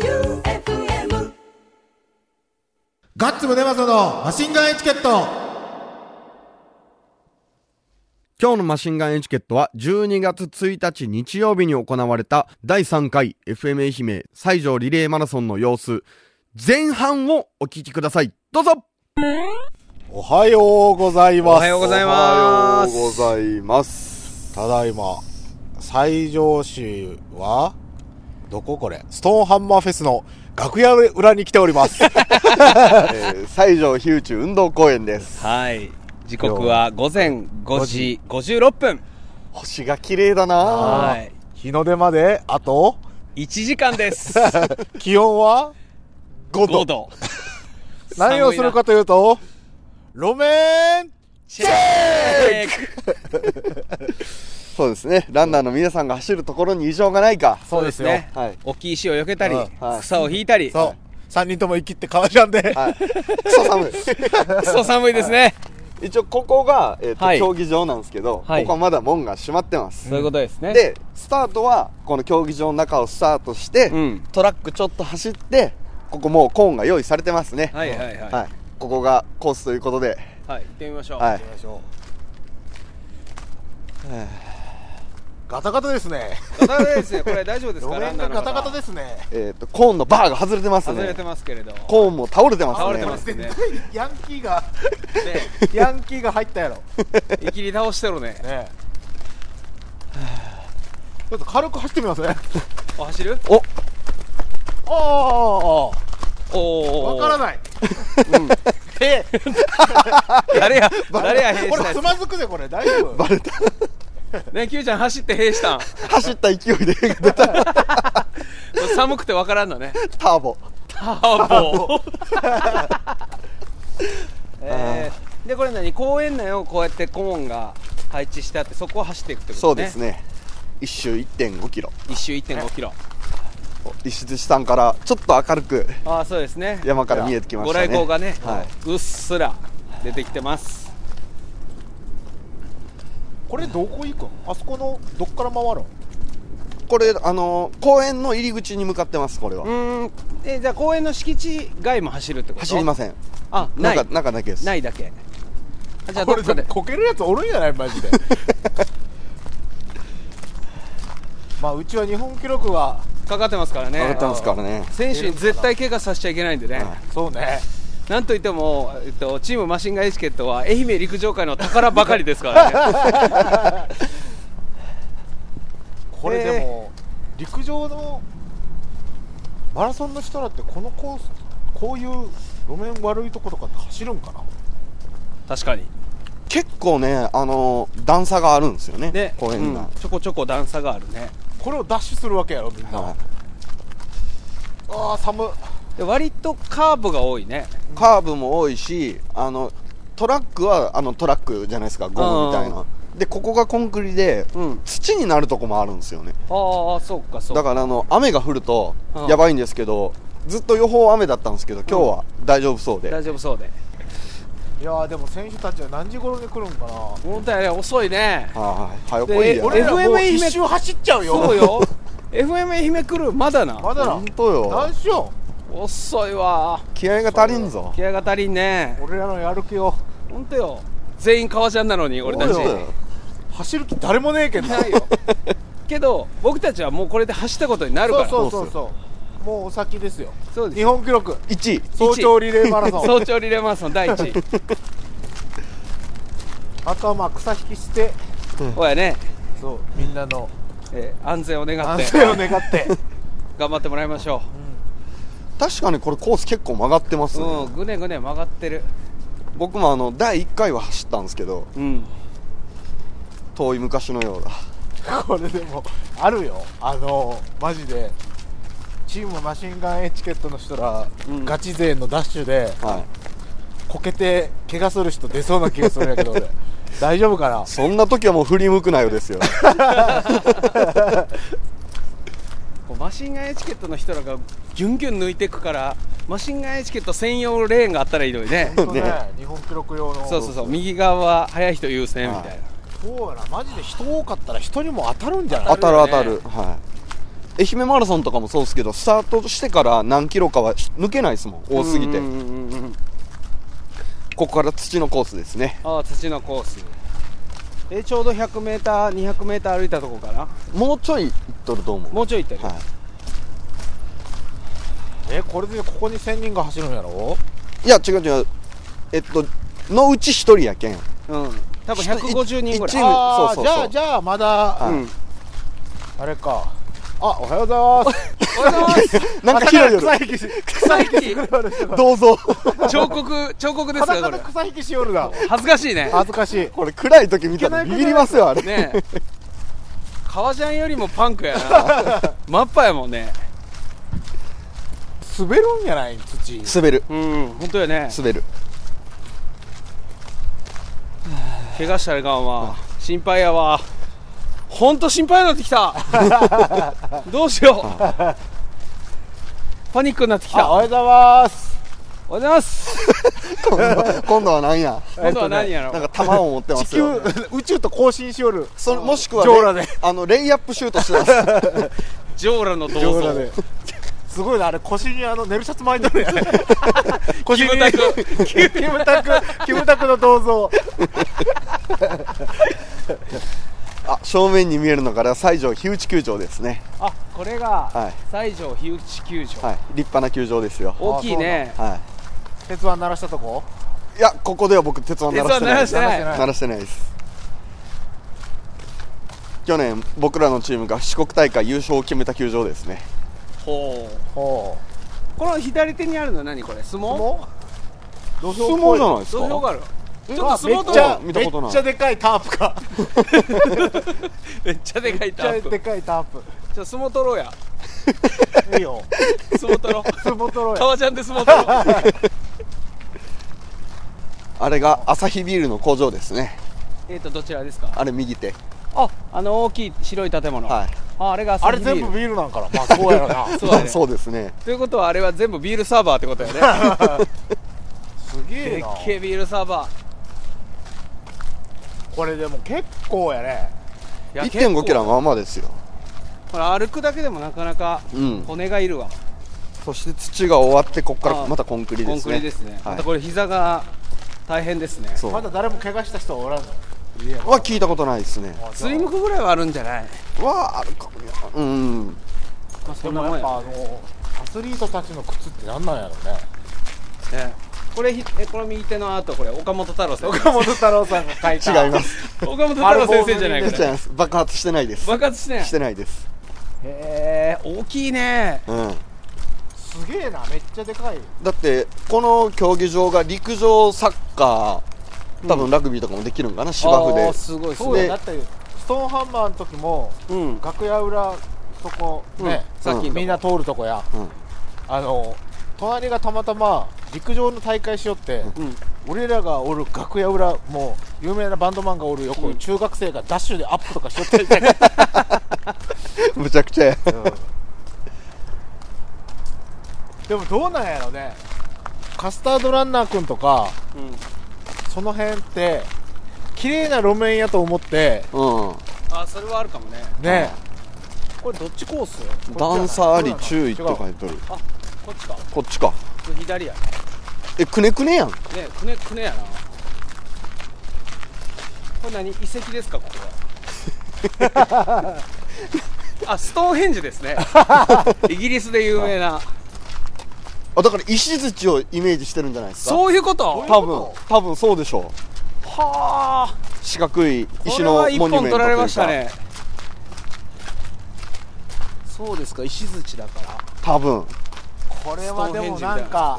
J-O-E-U-F-M ガッツムネマソのマシンガンエチケット今日のマシンガンエチケットは12月1日日曜日に行われた第3回 FM 愛媛西条リレーマラソンの様子前半をお聞きください。どうぞおはようございます。おはようございますおはようございます。ただいま、西条市は、どここれストーンハンマーフェスの楽屋裏に来ており ます。えー西条火打ち運動公園ですはい。時刻は午前5時56分。星が綺麗だなは日の出まで、あと、い。1時間 です。気温は5度。何をするかというと、路面チェックそうですねランナーの皆さんが走るところに異常がないかそうでですね。はい大きい石を避けたりうん、はい草を引いたり、そう。三人とも生きって川じゃんで、はいクソ 寒いクソ寒いですね。一応ここが、えーとはい競技場なんですけど、はいここはまだ門が閉まってます、そういうことですね。でスタートはこの競技場の中をスタートして、うんトラックちょっと走ってここもうコーンが用意されてますねはいはいはい。はいここがコースということではい。行ってみましょう。はいガタガタですね。ガタガタですね。これ大丈夫です路かラ面ンナーがのガ方タガタですね。えーとコーンのバーが外れてます外れねてますけれど。コーンも倒れてますね倒れてますね絶対ヤンキーが、ね、ヤンキーが入ったやろ。いきり倒してるね。ねちょっと軽く走ってみ ますね。お、走るおああ、おー。わからい。ない。誰や、誰や、兵こ士れたつまずくぜ、これ。大丈夫ね、キューちゃん走って兵士 たん。走った勢いで出た寒くてわからんのね。ターボターボ えーでこれ何公園内をこうやって顧問が配置してあってそこを走っていくってことそうですね一周1 5キロ一周1 5キロ石寿司さんからちょっと明るくああそうですね山から見えてきまごしたね来光がね、はいうっすら出てきてますこれどこ行くんあそこの、どっから回るんこれあのー公園の入り口に向かってますこれうはーんえじゃあ公園の敷地外も走るってこと走りますせんあない中中だけですないだけあじゃあどこれっかででもこけるやつおるんじゃないマジで。 まあ、うちは日本記録は、かかってますからね上がってますからね選手に絶対怪我させちゃいけないんでね、はそうね。なんといっても、えっと、チームマシンガンエチケットは愛媛陸上界の宝ばかりですからねこれでも、陸上の、マラソンの人らってこのコース、こういう路面悪いとことかって走るんかな確かに結構ねあのー段差があるんですよねで公園が、うんちょこちょこ段差があるねこれをダッシュするわけやろ、みんな。はああ、寒っ。で割とカーブが多いねいカーブも多いしあのトラックはあのトラックじゃないですかゴムみたいなでここがコンクリで、うん土になるとこもあるんですよねああそうかそうだからあの雨が降るとうんやばいんですけど、ずっと予報雨だったんですけど今日は大丈夫そうで、大丈夫そうでいやーでも選手たちは何時頃に来るんかな本当やね遅いねはいはいこいいでや俺らもう FM 愛媛一周走っちゃうよそうよ FM 愛媛来るまだな、まだな本当よ何しよ遅いわ気合が足りんぞ気合が足りんねう俺らのやる気を本当よ全員革ジャンなのに俺たちそうよ走る気誰もねえけどないよけど僕たちはもうこれで走ったことになるから そうそうそうそうもうお先ですよそうです日本記録1位早朝リレーマラソン早朝リレーマラソン第一位あとはまあ草引きしておやね、そうみんなのえー安全を願っ安て全を願って 頑張ってもらいましょ確かにこれコース結構曲がってますうね、うんぐねぐね曲がってる僕もあの第1回は走ったんですけどうん遠い昔のようだこれでもあるよあのマジでチームマシンガンエチケットの人ら、うんガチ勢のダッシュではいこけて怪我する人出そうな気がするんやけど 俺大丈夫かなそんな時はもう振り向くなよですよこうマシンガンエチケットの人らがギュンギュン抜いてくからマシンガンエチケット専用レーンがあったらいいのにね本当ね日本記録用のそうそうそう右側は速い人優先みたいなはそうやなマジで人多かったら人にも当たるんじゃない当たるよね当たる、は愛媛マラソンとかもそうですけどスタートしてから何キロかは抜けないですもん多すぎてうんうんうんうんここから土のコースですねああ土のコースえちょうど 100m200m 歩いたとこかなもうちょい行っとると思うもうちょい行ったよ、はい、えこれでここに1000人が走るんやろいや違う違うえっとのうち1人やけんうん多分150人ぐ一らチーいムあーそうそうそうじゃあじゃあまだはいうんあれかあおはようございますおはよう ございますなんか広いよる引きし草引きしてくれるわですよどうぞ 彫刻彫刻ですよ裸こでれ草引きしよるだ恥ずかしいね恥ずかしい これ暗い時見たらビビります よあれねえ革ジャンよりもパンクやなマッパやもんね滑るんやない土滑るうん本当やね滑る怪我したらいかんわ心配やわほんと心配になってきたどうしようパニックになってきたあおはようございますおはようございます今度 今度は何や今度は何やろなんか弾を持ってま地す球よ宇宙と交信しよるそれもしくは、上裸であのレイアップシュートしてます ジョーラの上銅裸像ですごいなあれ腰にあの寝るシャツ巻いてるやん腰キにムタクキムタクキムタクの銅像あ正面に見えるのから西条火打ち球場ですねあこれがはい、西条日内球場、はい、立派な球場ですよ大きいねは鉄腕鳴らしたとこいいやここでは僕鉄腕鳴らしてないです鉄腕鳴らしてない鳴らしてないです去年僕らのチームが四国大会優勝を決めた球場ですねほうほこの左手にあるのは何これ相う撲も土相撲じゃないです土か俵があるちょっあと相撲めとっちゃ見たことなめっいちゃでかいタープかめっちゃでかいタめーっちゃプでじかいタープゃあ相撲取ろうやいいよ相撲取ろう相撲取ろうや革ジャンで相撲取ろうあれがアサヒビールの工場ですね えっとどちらですかあれ右手ああの大きい白い建物、はいああれがあ朝れ日ビー全ル部ビールなんからまあ そうやろなそうだね そうですねということはあれは全部ビールサーバーってこと やねすげでえっなけえビールサーバーこれでも結構やねいや1 5キロ結はまあまあですよ構これ歩くだけでもなかなかうん骨がいるわ、そして土が終わってここかあらーまたコンクリですコねンクリですね、はいまたこれ膝が大変ですねそうまだ誰も怪我した人はおらんのいやは聞いたことないですねあじゃあ水木ぐらいはあるんじゃない、はあるかもねうんまあ、そでんなももやんっやぱあのアスリートたちの靴ってなんなんやろねねこれひえこの右手の後これ岡本太郎先生 岡本太郎さんが書いた違います岡本太郎先生じゃない 違こいれます爆発してないです爆発してないしてないですへえ大きいねうん すげえなめっちゃでかいだってこの競技場が陸上サッカー多分ラグビーとかもできるんかな、芝生あでーすごいすそうごいやでだってストーンハンマーの時もうん楽屋裏そこね、さっきのみんな通るとこや、うんあの隣がたまたま陸上の大会しよって、うん俺らがおる楽屋裏もう有名なバンドマンがおる横、うん中学生がダッシュでアップとかしよって むちゃくち ゃやでもどうなんやろねカスタードランナーくんとかうんその辺って綺麗な路面やと思ってうんあそれはあるかもねねこれどっちコース段差あり注意って書いてるあこっちかこっちかこれ左やねえくねくねやんねくねくねやなこれ何遺跡ですかこ こはあストーンヘンジですねイギリスで有名なあだから石槌をイメージしてるんじゃないですかそういうこと多分多分そうでしょはあう四角いこ石れのモはニ一ュメント本という取かられましたねそうですか石槌だから多分これはでもなんか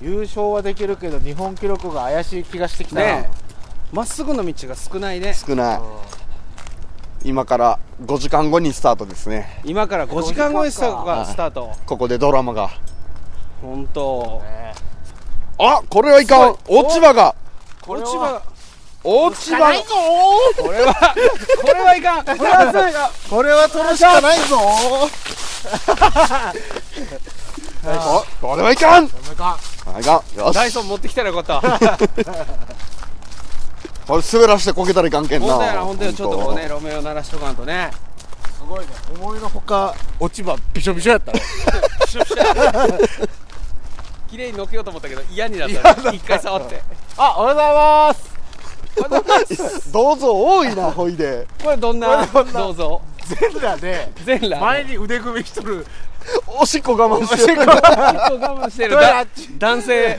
優勝はできるけど日本記録が怪しい気がしてきたな、ねえまっすぐの道が少ないね少ない今から5時間後にスタートですね今から5時間後にスタートはがいスタートここでドラマが本当ねあこれはいかん落ち葉がこれれはは落ち葉がこれはこれはいかん これは強いかこれは取るしかないぞあこれはいかんいダメかかんよダイしソン持ってきたらよかった これ滑らしてこけたらいかんけんな本当やな本当よちょっとこうねほん路面を鳴らしとかんとねすごいね思いのほか落ち葉びしょびしょやったねシュッシュッ綺麗にのけようと思ったけど嫌になったね一回触ってあおはようござい ますあどうぞ どうぞ多いなほいでこれどんなこれどんなどうぞ全裸で全裸前に腕組みしとるおしっこ我慢してる結構我慢してる トイレだあっち男性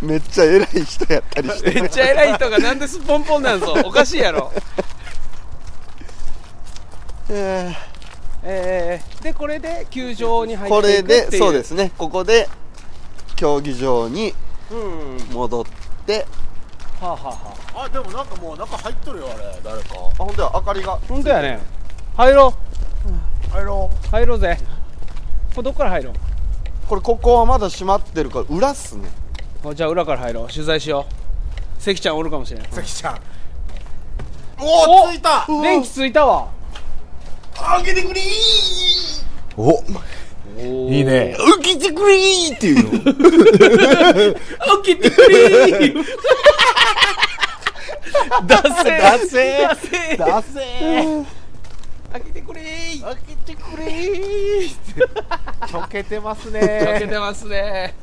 めっちゃ偉い人やったりして めっちゃ偉い人がなんですっぽんぽんなんぞおかしいやろえーえー、でこれで球場に入こってれいくってでいうそうですねここで競技場にうんは戻ってあ、はあはあ、あでもなんかもう中入っとるよあれ誰かあほんとや明かりが本当やね入ろ入ろう入ろうぜこれどっから入ろこれここはまだ閉まってるから裏っすねうあじゃあ裏から入ろう取材しよう関ちゃんおるかもしれんう関ちゃんおおお着いた電気ついたわあげてくれーおいいいね浮きてくれーっていう の起きてくれーダセダセダセダセー開けてくれーあげてくれーって溶けてます開けねてますね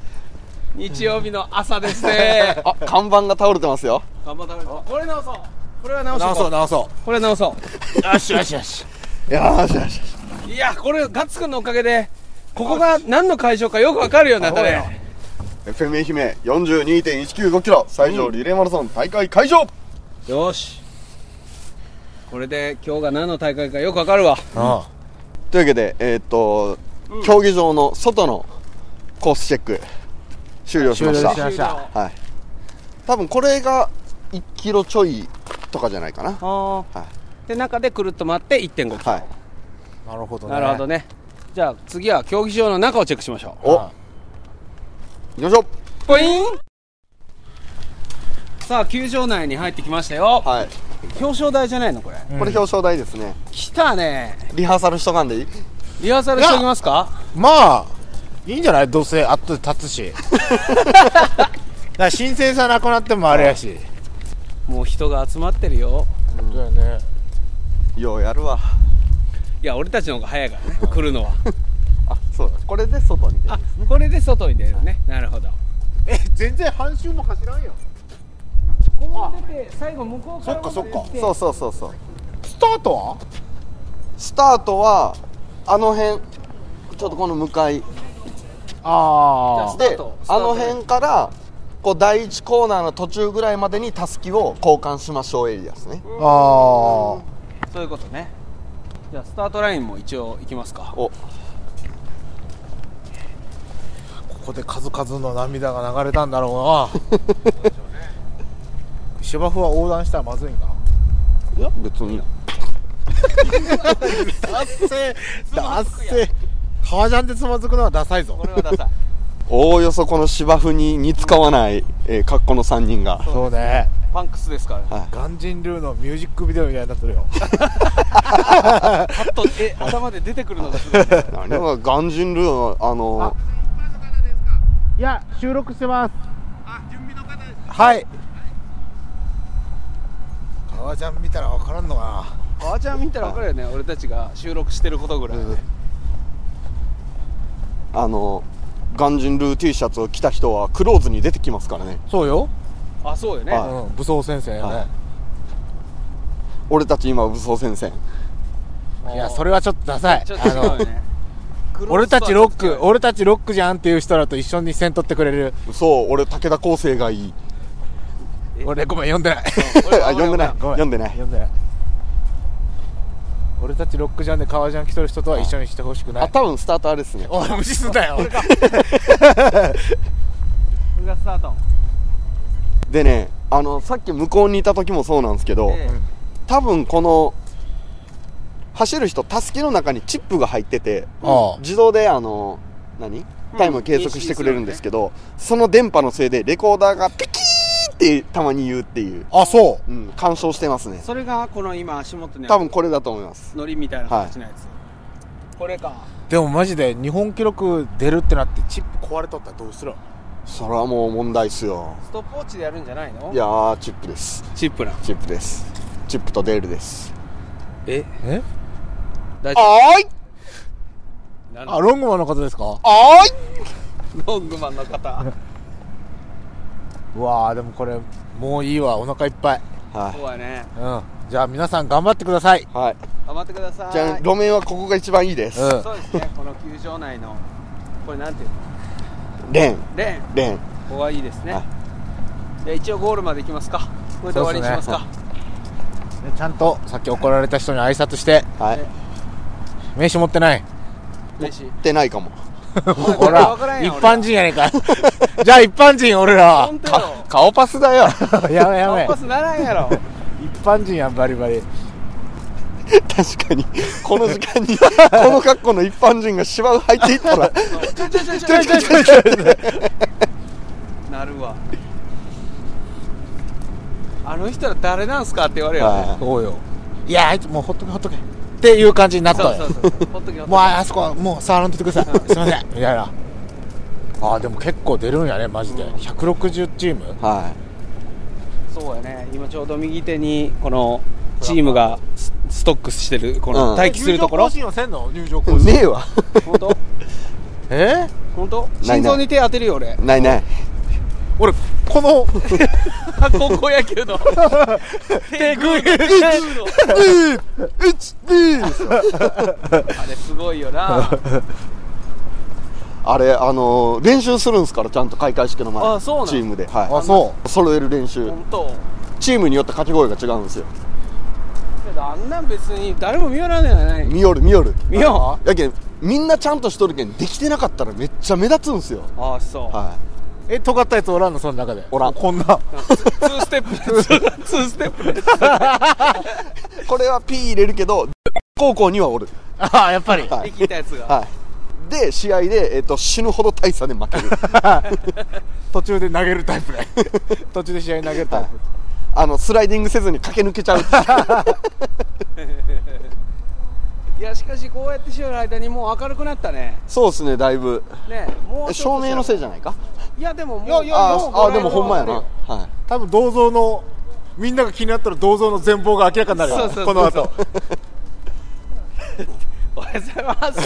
日曜日の朝ですねあ看板が倒れてますよ頑張ったこれ直そうこれは直直そそうう直そこれは直そうよしよしよしよーしよしよしういやこれガッツくんのおかげでここが何の会場かよくわかるようになったね FM 愛媛42.195キロ最上リレーマラソン大会会場、よしこれで今日が何の大会かよくわかるわあというわけでえーっと、競技場の外のコースチェック終了しまし終了たよっしゃはい多分これが1キロちょいとかじゃないかなあーはで中でくるっと回って1 5キロはいあなるほどねなるほどねじゃあ次は競技場の中をチェックしましょお行きましょううポインさあ球場内に入ってきましたよ、はい、表彰台じゃないのこれこれ表彰台ですね来たねリハーサルしとかんでいいリハーサルしておきますかまあいいんじゃないどうせあとで立つ しだから新鮮さなくなってもあれやしもう人が集まってるよだよねようやるわいや俺たちの方が早いからね来るのはあそうだこれで外に出るあこれで外に出るねなるほどえ全然半周も走らんよこう出て最後向こうからそっかそっか戻ってそうそうそうそうスタートはスタートはあの辺ちょっとこの向かいあスターでトスターあトの辺からこう第1コーナーの途中ぐらいまでにたすきを交換しましょうエリアですねああそういうことねじゃあスタートラインも一応行きますかおここで数々の涙が流れたんだろうな 芝生は横断したらまずいんかないや別にダッセダッセ革ジャンでつまずくのはダサいぞこれはダサいおおよそこの芝生に似つかわない、えー、格好の3人がそうねパンクスですからねガンジンルーのミュージックビデオみたいになってるよパッとえ頭で出てくるのがすごいね何が鑑真ルーのあのいや収録してますはい革ジャン見たら分からんのかあーちゃん見たら分かるよね俺たちが収録してることぐらいあの鑑真ルー T シャツを着た人はクローズに出てきますからねなそうよ、あそうよねはうん、武装先生よね、俺たち今武装戦線い、やそれはちょっとダサいちょっとあ違うよのね俺たちロック俺俺たちロックじゃんっていう人らと一緒に線取ってくれるそう俺武田康生がいい俺ごめん読んでないあ読んでないごめ読んでない読んでない俺たちロックジャンで革ジャン着とる人とは一緒にしてほしくなあい多分スタートあれですねおい無視すんだよこれがスタートでねあのさっき向こうにいた時もそうなんですけど、ええ多分この走る人たすきの中にチップが入っててああ自動であの何タイムを計測してくれるんですけど、その電波のせいでレコーダーがピキーってたまに言うっていう、あそうん、干渉してますねそれがこの今足元にある多分これだと思いますのりみたいな形のやつ、これかうでもマジで日本記録出るってなってチップ壊れとったらどうするそれはもう問題っすよストップウォッチでやるんじゃないのいやーチップですチップなチップですチップとデールですええ大丈おーい夫なんだあロングマンの方ですかおーいロングマンの方うわーでもこれもういいわお腹いっぱいはそうやねうんじゃあ皆さん頑張ってくださいい、はい、頑張ってくださいじゃあ路面はここが一番いいです、うんそうですねこの球場内のこれなんていうのレーンレーンレーンここはいいですねはいじゃあ一応ゴールまで行きますかこれで終わりにしますかでちゃんとさっき怒られた人に挨拶してはいね名刺持って ない嬉しいってないかもほわかららん一よ般人やねんか じゃあ一般人俺ら本当やろ顔パス だよはやめや顔めパスならんやろ一般人やんバリバリ確かに この時間 にこの格好の一般人が芝生入ってい ったらちょちょちょちょちょちょなるわあの人ら誰なんすかって言われるよねはそうよいやあいつもうほっとけほっとけっていう感じになったそようそうそうほっときほっときもうああそこはもう触らんといて くださいすいませんみたいなああでも結構出るんやねマジで160チームい、はそうやね今ちょうど右手にこのチームがスストックしてるこのうん待機するところ、入場更新はせんの入場更い、新ねえわ本当え本当ない心臓に手当てるよ俺ないない俺この 高校野球の 手グー手グーのうちであれすごいよなあれあのー練習するんですからちゃんと開会式の前あそうなんチームではあそい揃える練習本当チームによって掛け声が違うんですよけどあんなん別に誰も見よらんねやない見よる見よる見よやけんみんなちゃんとしとるけんできてなかったらめっちゃ目立つんですようああそう、はうえ尖ったやつおらんのその中でおらんこんなツーステップツー ツーステップですいこれは P 入れるけど高校にはおるああやっぱりはい生きたやつが、はいで試合で、えっと死ぬほど大差で負ける途中で投げるタイプね 途中で試合に投げるタイプあのスライディングせずに駆け抜けちゃうっていうい、やしかしこうやってしよる間にもう明るくなったね そうですねだいぶねえもうえ照明のせいじゃゃないかいやでももういやいやあーもうあーでもごほんまや覧のな、はい、多分銅像のみんなが気になったら銅像の全貌が明らかになるよそうそうそうこの後 おはようございます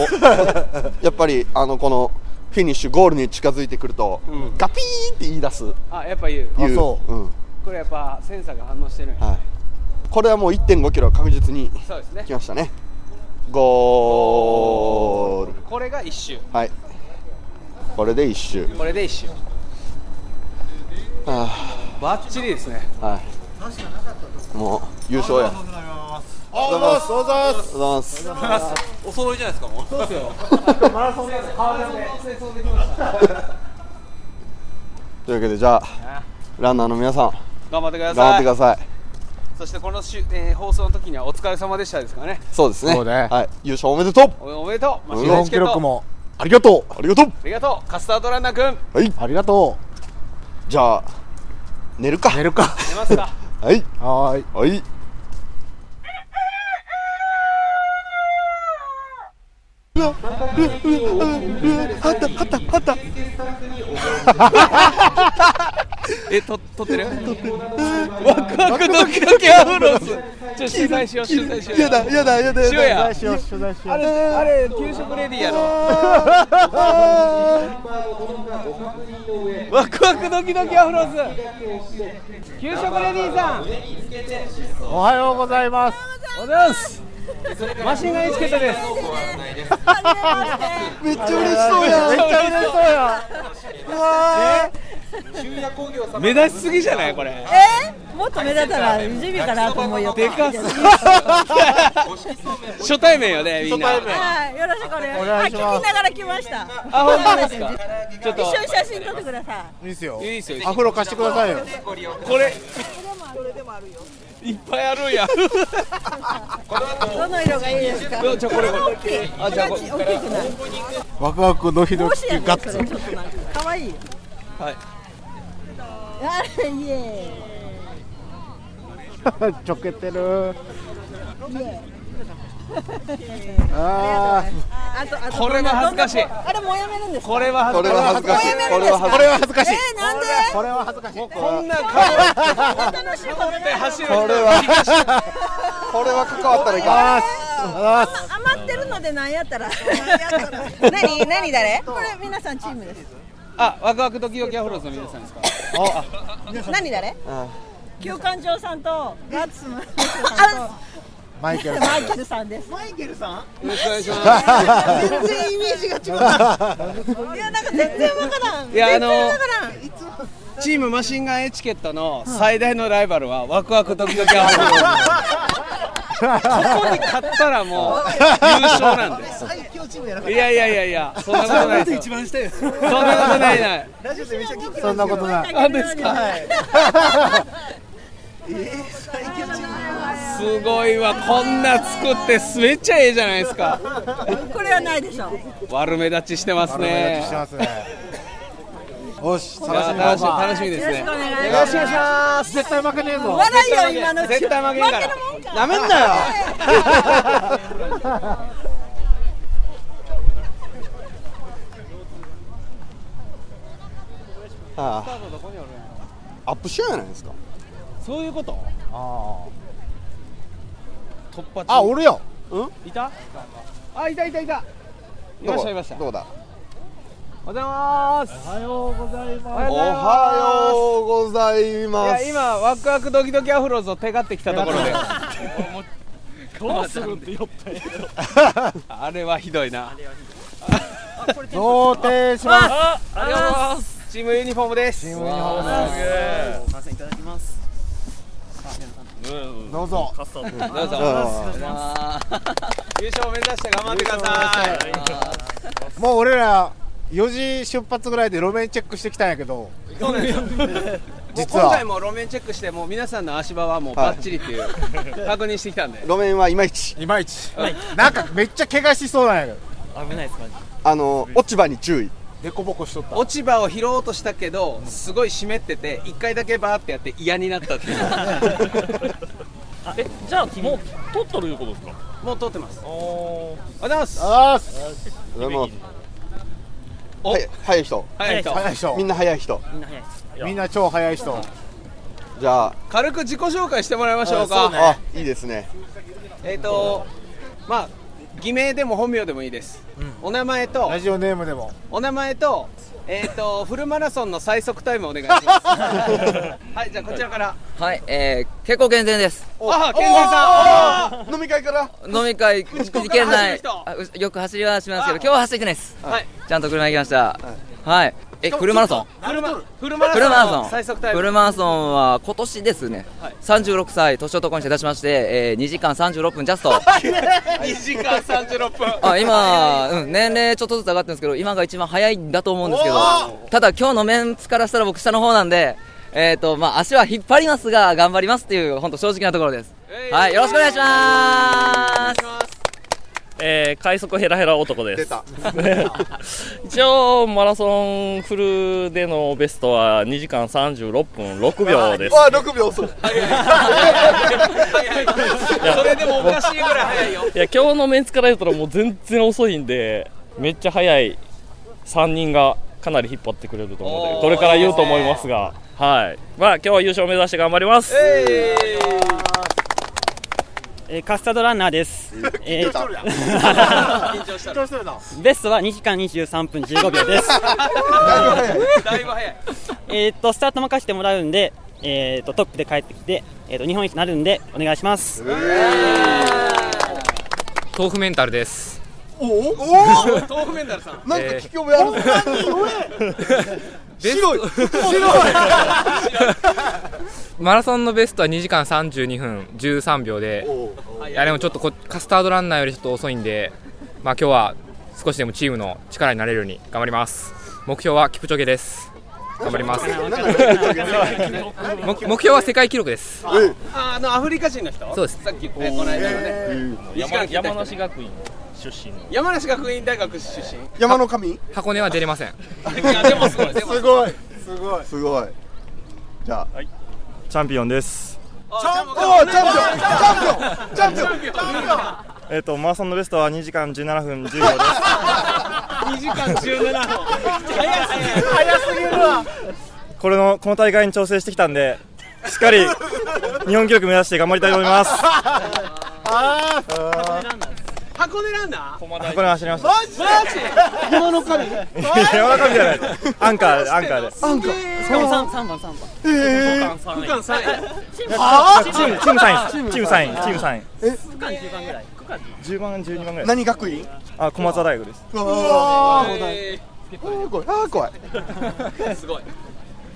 やっぱりあのこのフィニッシュゴールに近づいてくると、うんガピーンって言い出すあやっぱ言ういうそうんこれやっぱセンサーが反応してるんやはい、これはもう1 5キロ確実にそうですね来ましたねゴールこれが一周はいこれで1周これで一周あバッチリですねーはいもう優勝おはやようございますおはようございますおはようございます お揃いじゃないですかもうそうです よマラソンでマラソンの清掃できましたというわけでじゃあランナーの皆さん頑張ってください頑張ってくださいそしてこのしゅ、えー放送の時にはお疲れ様でしたですからねそうですねそうねはい、優勝おめでとうおおめでとう、まあ日本記録あもありがとうありがとうりがとうカスタードランナー君はいありがとじゃあ寝るかう寝るか出ますかはいはーいはいえと撮ってるワクワクドキドキアフロスちょっと取材しよう取材しようやだやだやだしようやだやしよう取材しよあれあれ給食レディーやろ ワクワクドキドキアフロス給食レディーさうんおはようございますおはようございますマシンガンエチケットですめっちゃ嬉しそうやんめっちゃ嬉しそうや目立ちすぎじゃないこれえもっと目立ったら準備かなと思うよ。でかすぎ初対面よねみんなはい、よろしくお願いしおます。願はいい、し聞ますきながら来ました。あ本当ですかちょ一っと緒に写真撮ってくださいいっすよいいですよアフロ貸してくださいよこれいっぱいあるんやい。どの色がいいですか。じゃあこれこれ大きい。あじゃあここれ大きくない。ワクワクドキド帽子キやねガんッそツれちょっとなんか可愛いよ。はいあ、イエ ちょけてるーイ。ああとあとこれは恥ずかしいどんなあれもうやめるんですか。これは恥これずはかし恥ずかしいここれは恥ずえは恥ずかれは恥ずかしいー、なんで。これは恥ずかしいいこんな顔こんな楽しいことない。走るこれはこれは関わったらいかんあああ余ってるので何やったら 何何誰これ皆さんチームですあワクワクドキドキアフローズの皆さんですか何誰あ旧館長さんとガッツムマイケルさんマイケルさんですよろしくお願いしま す全然イメージが違ういやなんか全然わからんいやあ全の然わからんチームマシンガンエチケットの最大のライバルはワクワクドキドキアフローズここに勝ったらもう優勝なんで最強チームやないやいやいやいやそんなことないですよ一番下よ。そんなことないないそんなことない何ですか、すごいわこんな作ってめっちゃええじゃないですかこれはないでしょ悪目立ちしてますねしてますねよしいや楽しみ楽しみですよろしくねお願いしますしま絶対負けねえぞ笑いよ今のうち絶対負けんから負けるもんか なめんなよあアップしようやないですかそういうことあ突破あおるよいたあいたいたいたいどらうっしゃいましたどうだおはようございますおはようおございますはいようございますや今ワクワクドキドキアフローズを手がってきたところで どうするって酔ったあれはひどいな贈呈しますありがとうございますチームユニフォームですチームユニフォームどうぞどうぞ優勝目指して頑張ってくださもう俺ら4時出発ぐらいで路面チェックしてきたんやけどいそうなんですよ もう実は今回も路面チェックしてもう皆さんの足場はもうバッチリっていう 確認してきたんで路面はいまいちいまいちなんかめっちゃ怪我しそうなんやけどあの落ち葉に注意デコボコしとった落ち葉を拾おうとしたけどすごい湿ってて一回だけバーってやって嫌になったっていうえじゃあもう取っとるいうことですか もう通ってますおはようございますあーすでもおはい早い人早い人早い人みんな早い人みんな超早い人じゃあ軽く自己紹介してもらいましょうかあいいですねえっ、とまあ偽名でも本名でもいいです、お名前とラジオネームでもお名前とえっ、と フルマラソンの最速タイムお願いします はいじゃあこちらからはい、えー、結構健全です。あ健全さんおー飲み会から飲み会、ちこから県内走る人あうよく走りはしますけあど、今日は走ってきてないです。はいちゃんと車行きました。はい。え、フルマラソンフルマフルマフルマラソランソのン。最速タイフムルマラソンは今年ですね、はい36歳、年男にして出しまして、えー、2時間36分ジ ャスト。 2時間36分あ今、うん、年齢ちょっとずつ上がってるんですけど、今が一番早いんだと思うんですけど、ただ今日のメンツからしたら僕下の方なんで、えっ、と、まあ、足は引っ張りますが、頑張りますっていう、本当正直なところです。はい、よろしくお願いします。えー、快速ヘラヘラ男で出すた 一応マラソンフルでのベストは2時間36分6秒ですわ6秒遅い早いそれでもおかしいぐらい早いよいや今日のメンツから言ったらもう全然遅いんでめっちゃ早い3人がかなり引っ張ってくれると思おうのーでこれから言うと思いますがはいまあ今日は優勝目指して頑張ります、えーカスタードランナーです。えー緊張したらベストは2時間23分15秒です。だいぶ早いえーっと、スタート任せてもらうんで、えーっと、トップで帰ってきて、えーっと、日本一になるんで、お願いします。豆腐メンタルです。豆腐メンダルさんなんか聞き覚えある白いマラソンのベストは2時間32分13秒で、いやでもちょっとこカスタードランナーよりちょっと遅いんで、まあ今日は少しでもチームの力になれるように頑張ります。目標はキプチョゲです。頑張り ます。目目標は世界記録です。ああのアフリカ人の人そうですさっきねこの間のね一山番聞いた人ね山梨学院出身の山梨学院大学出身山の神箱根は出れません。いやでもすごいでもすごいすごいじゃあチャンピオンです。おーチャンピオンチャンピオンチャンピオンえっ、と、マラソンのベストは2時間17分10秒です。 2時間17分早い早いこれの、この大会に調整してきたんで、しっかり日本記録目指して頑張りたいと思います。あー箱根ランナー箱根箱根走りましたマジ山の神山山中みたいな。アンカー、アンカーで。アンカーしかも三三番三番。えー区間三位あチーム、チーム3位。チーム3位。チーム3位。え区間10番ぐらい区間10番、12番ぐらい。何学院あ、小松大学です。うわーえー怖いあー怖いーすごい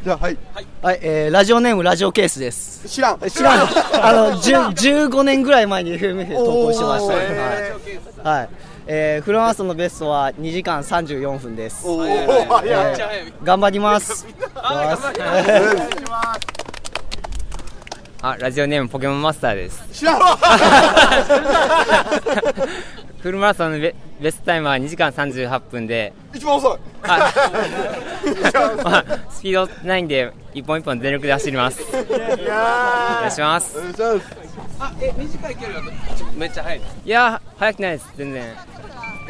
じゃあはいはい、えーラジオネームラジオケースです知らん知らんあのじゅ15年ぐらい前に FMF で投稿してましたおーはい、えはいえーフロアスのベストは2時間34分ですおーえ早いー めっちゃ早い頑張りますあー頑張りますお願いしますあ、ラジオネームポケモンマスターです。知らんフルマラソンのベベストタイムは2時間38分で、一番遅いまあ、スピードないんで、一本一本全力で走ります。いやお願いします。あえ短い距離はめっちゃ速いいや、速くないです、全然。えっ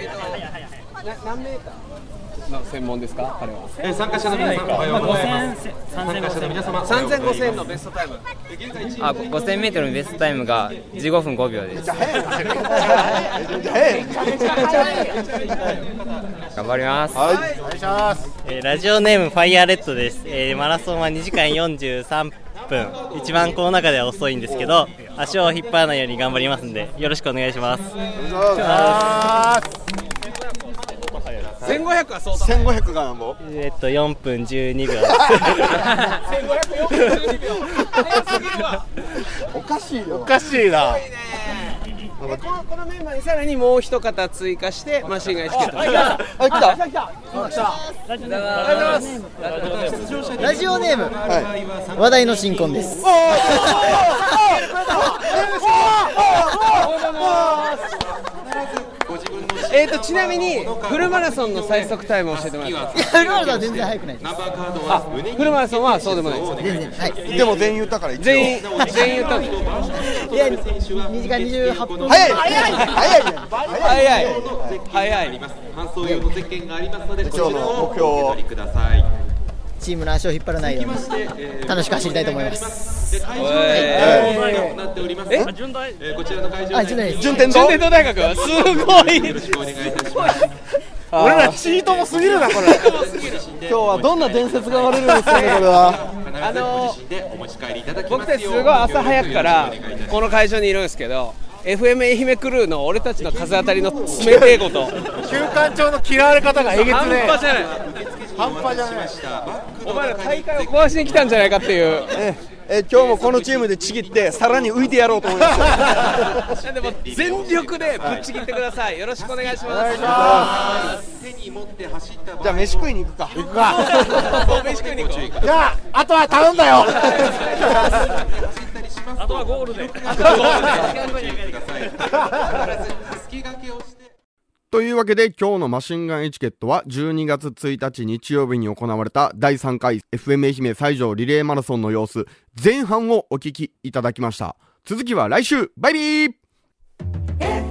とな何メーターの専門ですか、彼は。え参加者の皆様おはようございます参加者の皆様三千五千のベストタイム現在あ、5000メートルのベストタイムが15分5秒です。頑張ります。はい、お願いします。えーラジオネームファイヤーレッドです。えーマラソンは2時間43分、一番この中では遅いんですけど、足を引っ張らないように頑張りますんで、よろしくお願いします。千五百は相当千五百がなんぼ。えーっと4分12秒。千五百四十秒早すぎるわおかしいよおかしいなえこのこのメンバーにさらにもう一方追加してマシンガンエチケットあ来たあ来た来たありがとうございますラジオネーム、話題の新婚ですえーとちなみにフルマラソンの最速タイムを教えてもらっていいですかフルマラソンは全然速くないですあフルマラソンはそうでもないです全然はいでも全員言ったから一応全員全員言ったんいや2時間28分早い早い早い早い早い搬送用のゼッケンがありますので、こちら今日の目標をお取りください。チームの足を引っ張らないように楽しく走りたいと思います会場はい内が行っております。え、順大、えーこちらの会場あ内順大です順順天堂大学すごいよろしくお願いいたします。俺らチートもすぎるなこれ 今日はどんな伝説が生まれるんですかねこれはあのお持ち帰りいただき僕たちすごい朝早くからこの会場にいるんですけど FM 愛媛クルーの俺たちの風当たりの冷てえこと休館長の嫌われ方がえげつね半え端じゃない半端じゃないお前ら大会を壊しに来たんじゃないかっていうええ今日もこのチームでちぎってさらに浮いてやろうと思い ますでも全力でぶっちぎってくださいよろしくお願いします手に持って走ったじゃあ飯食いに行くか行くか 飯食いに行こうじゃああとは頼んだよあとはゴールでというわけで今日のマシンガンエチケットは12月1日日曜日に行われた第3回 FM 愛媛西条リレーマラソンの様子前半をお聞きいただきました続きは来週バイビー FM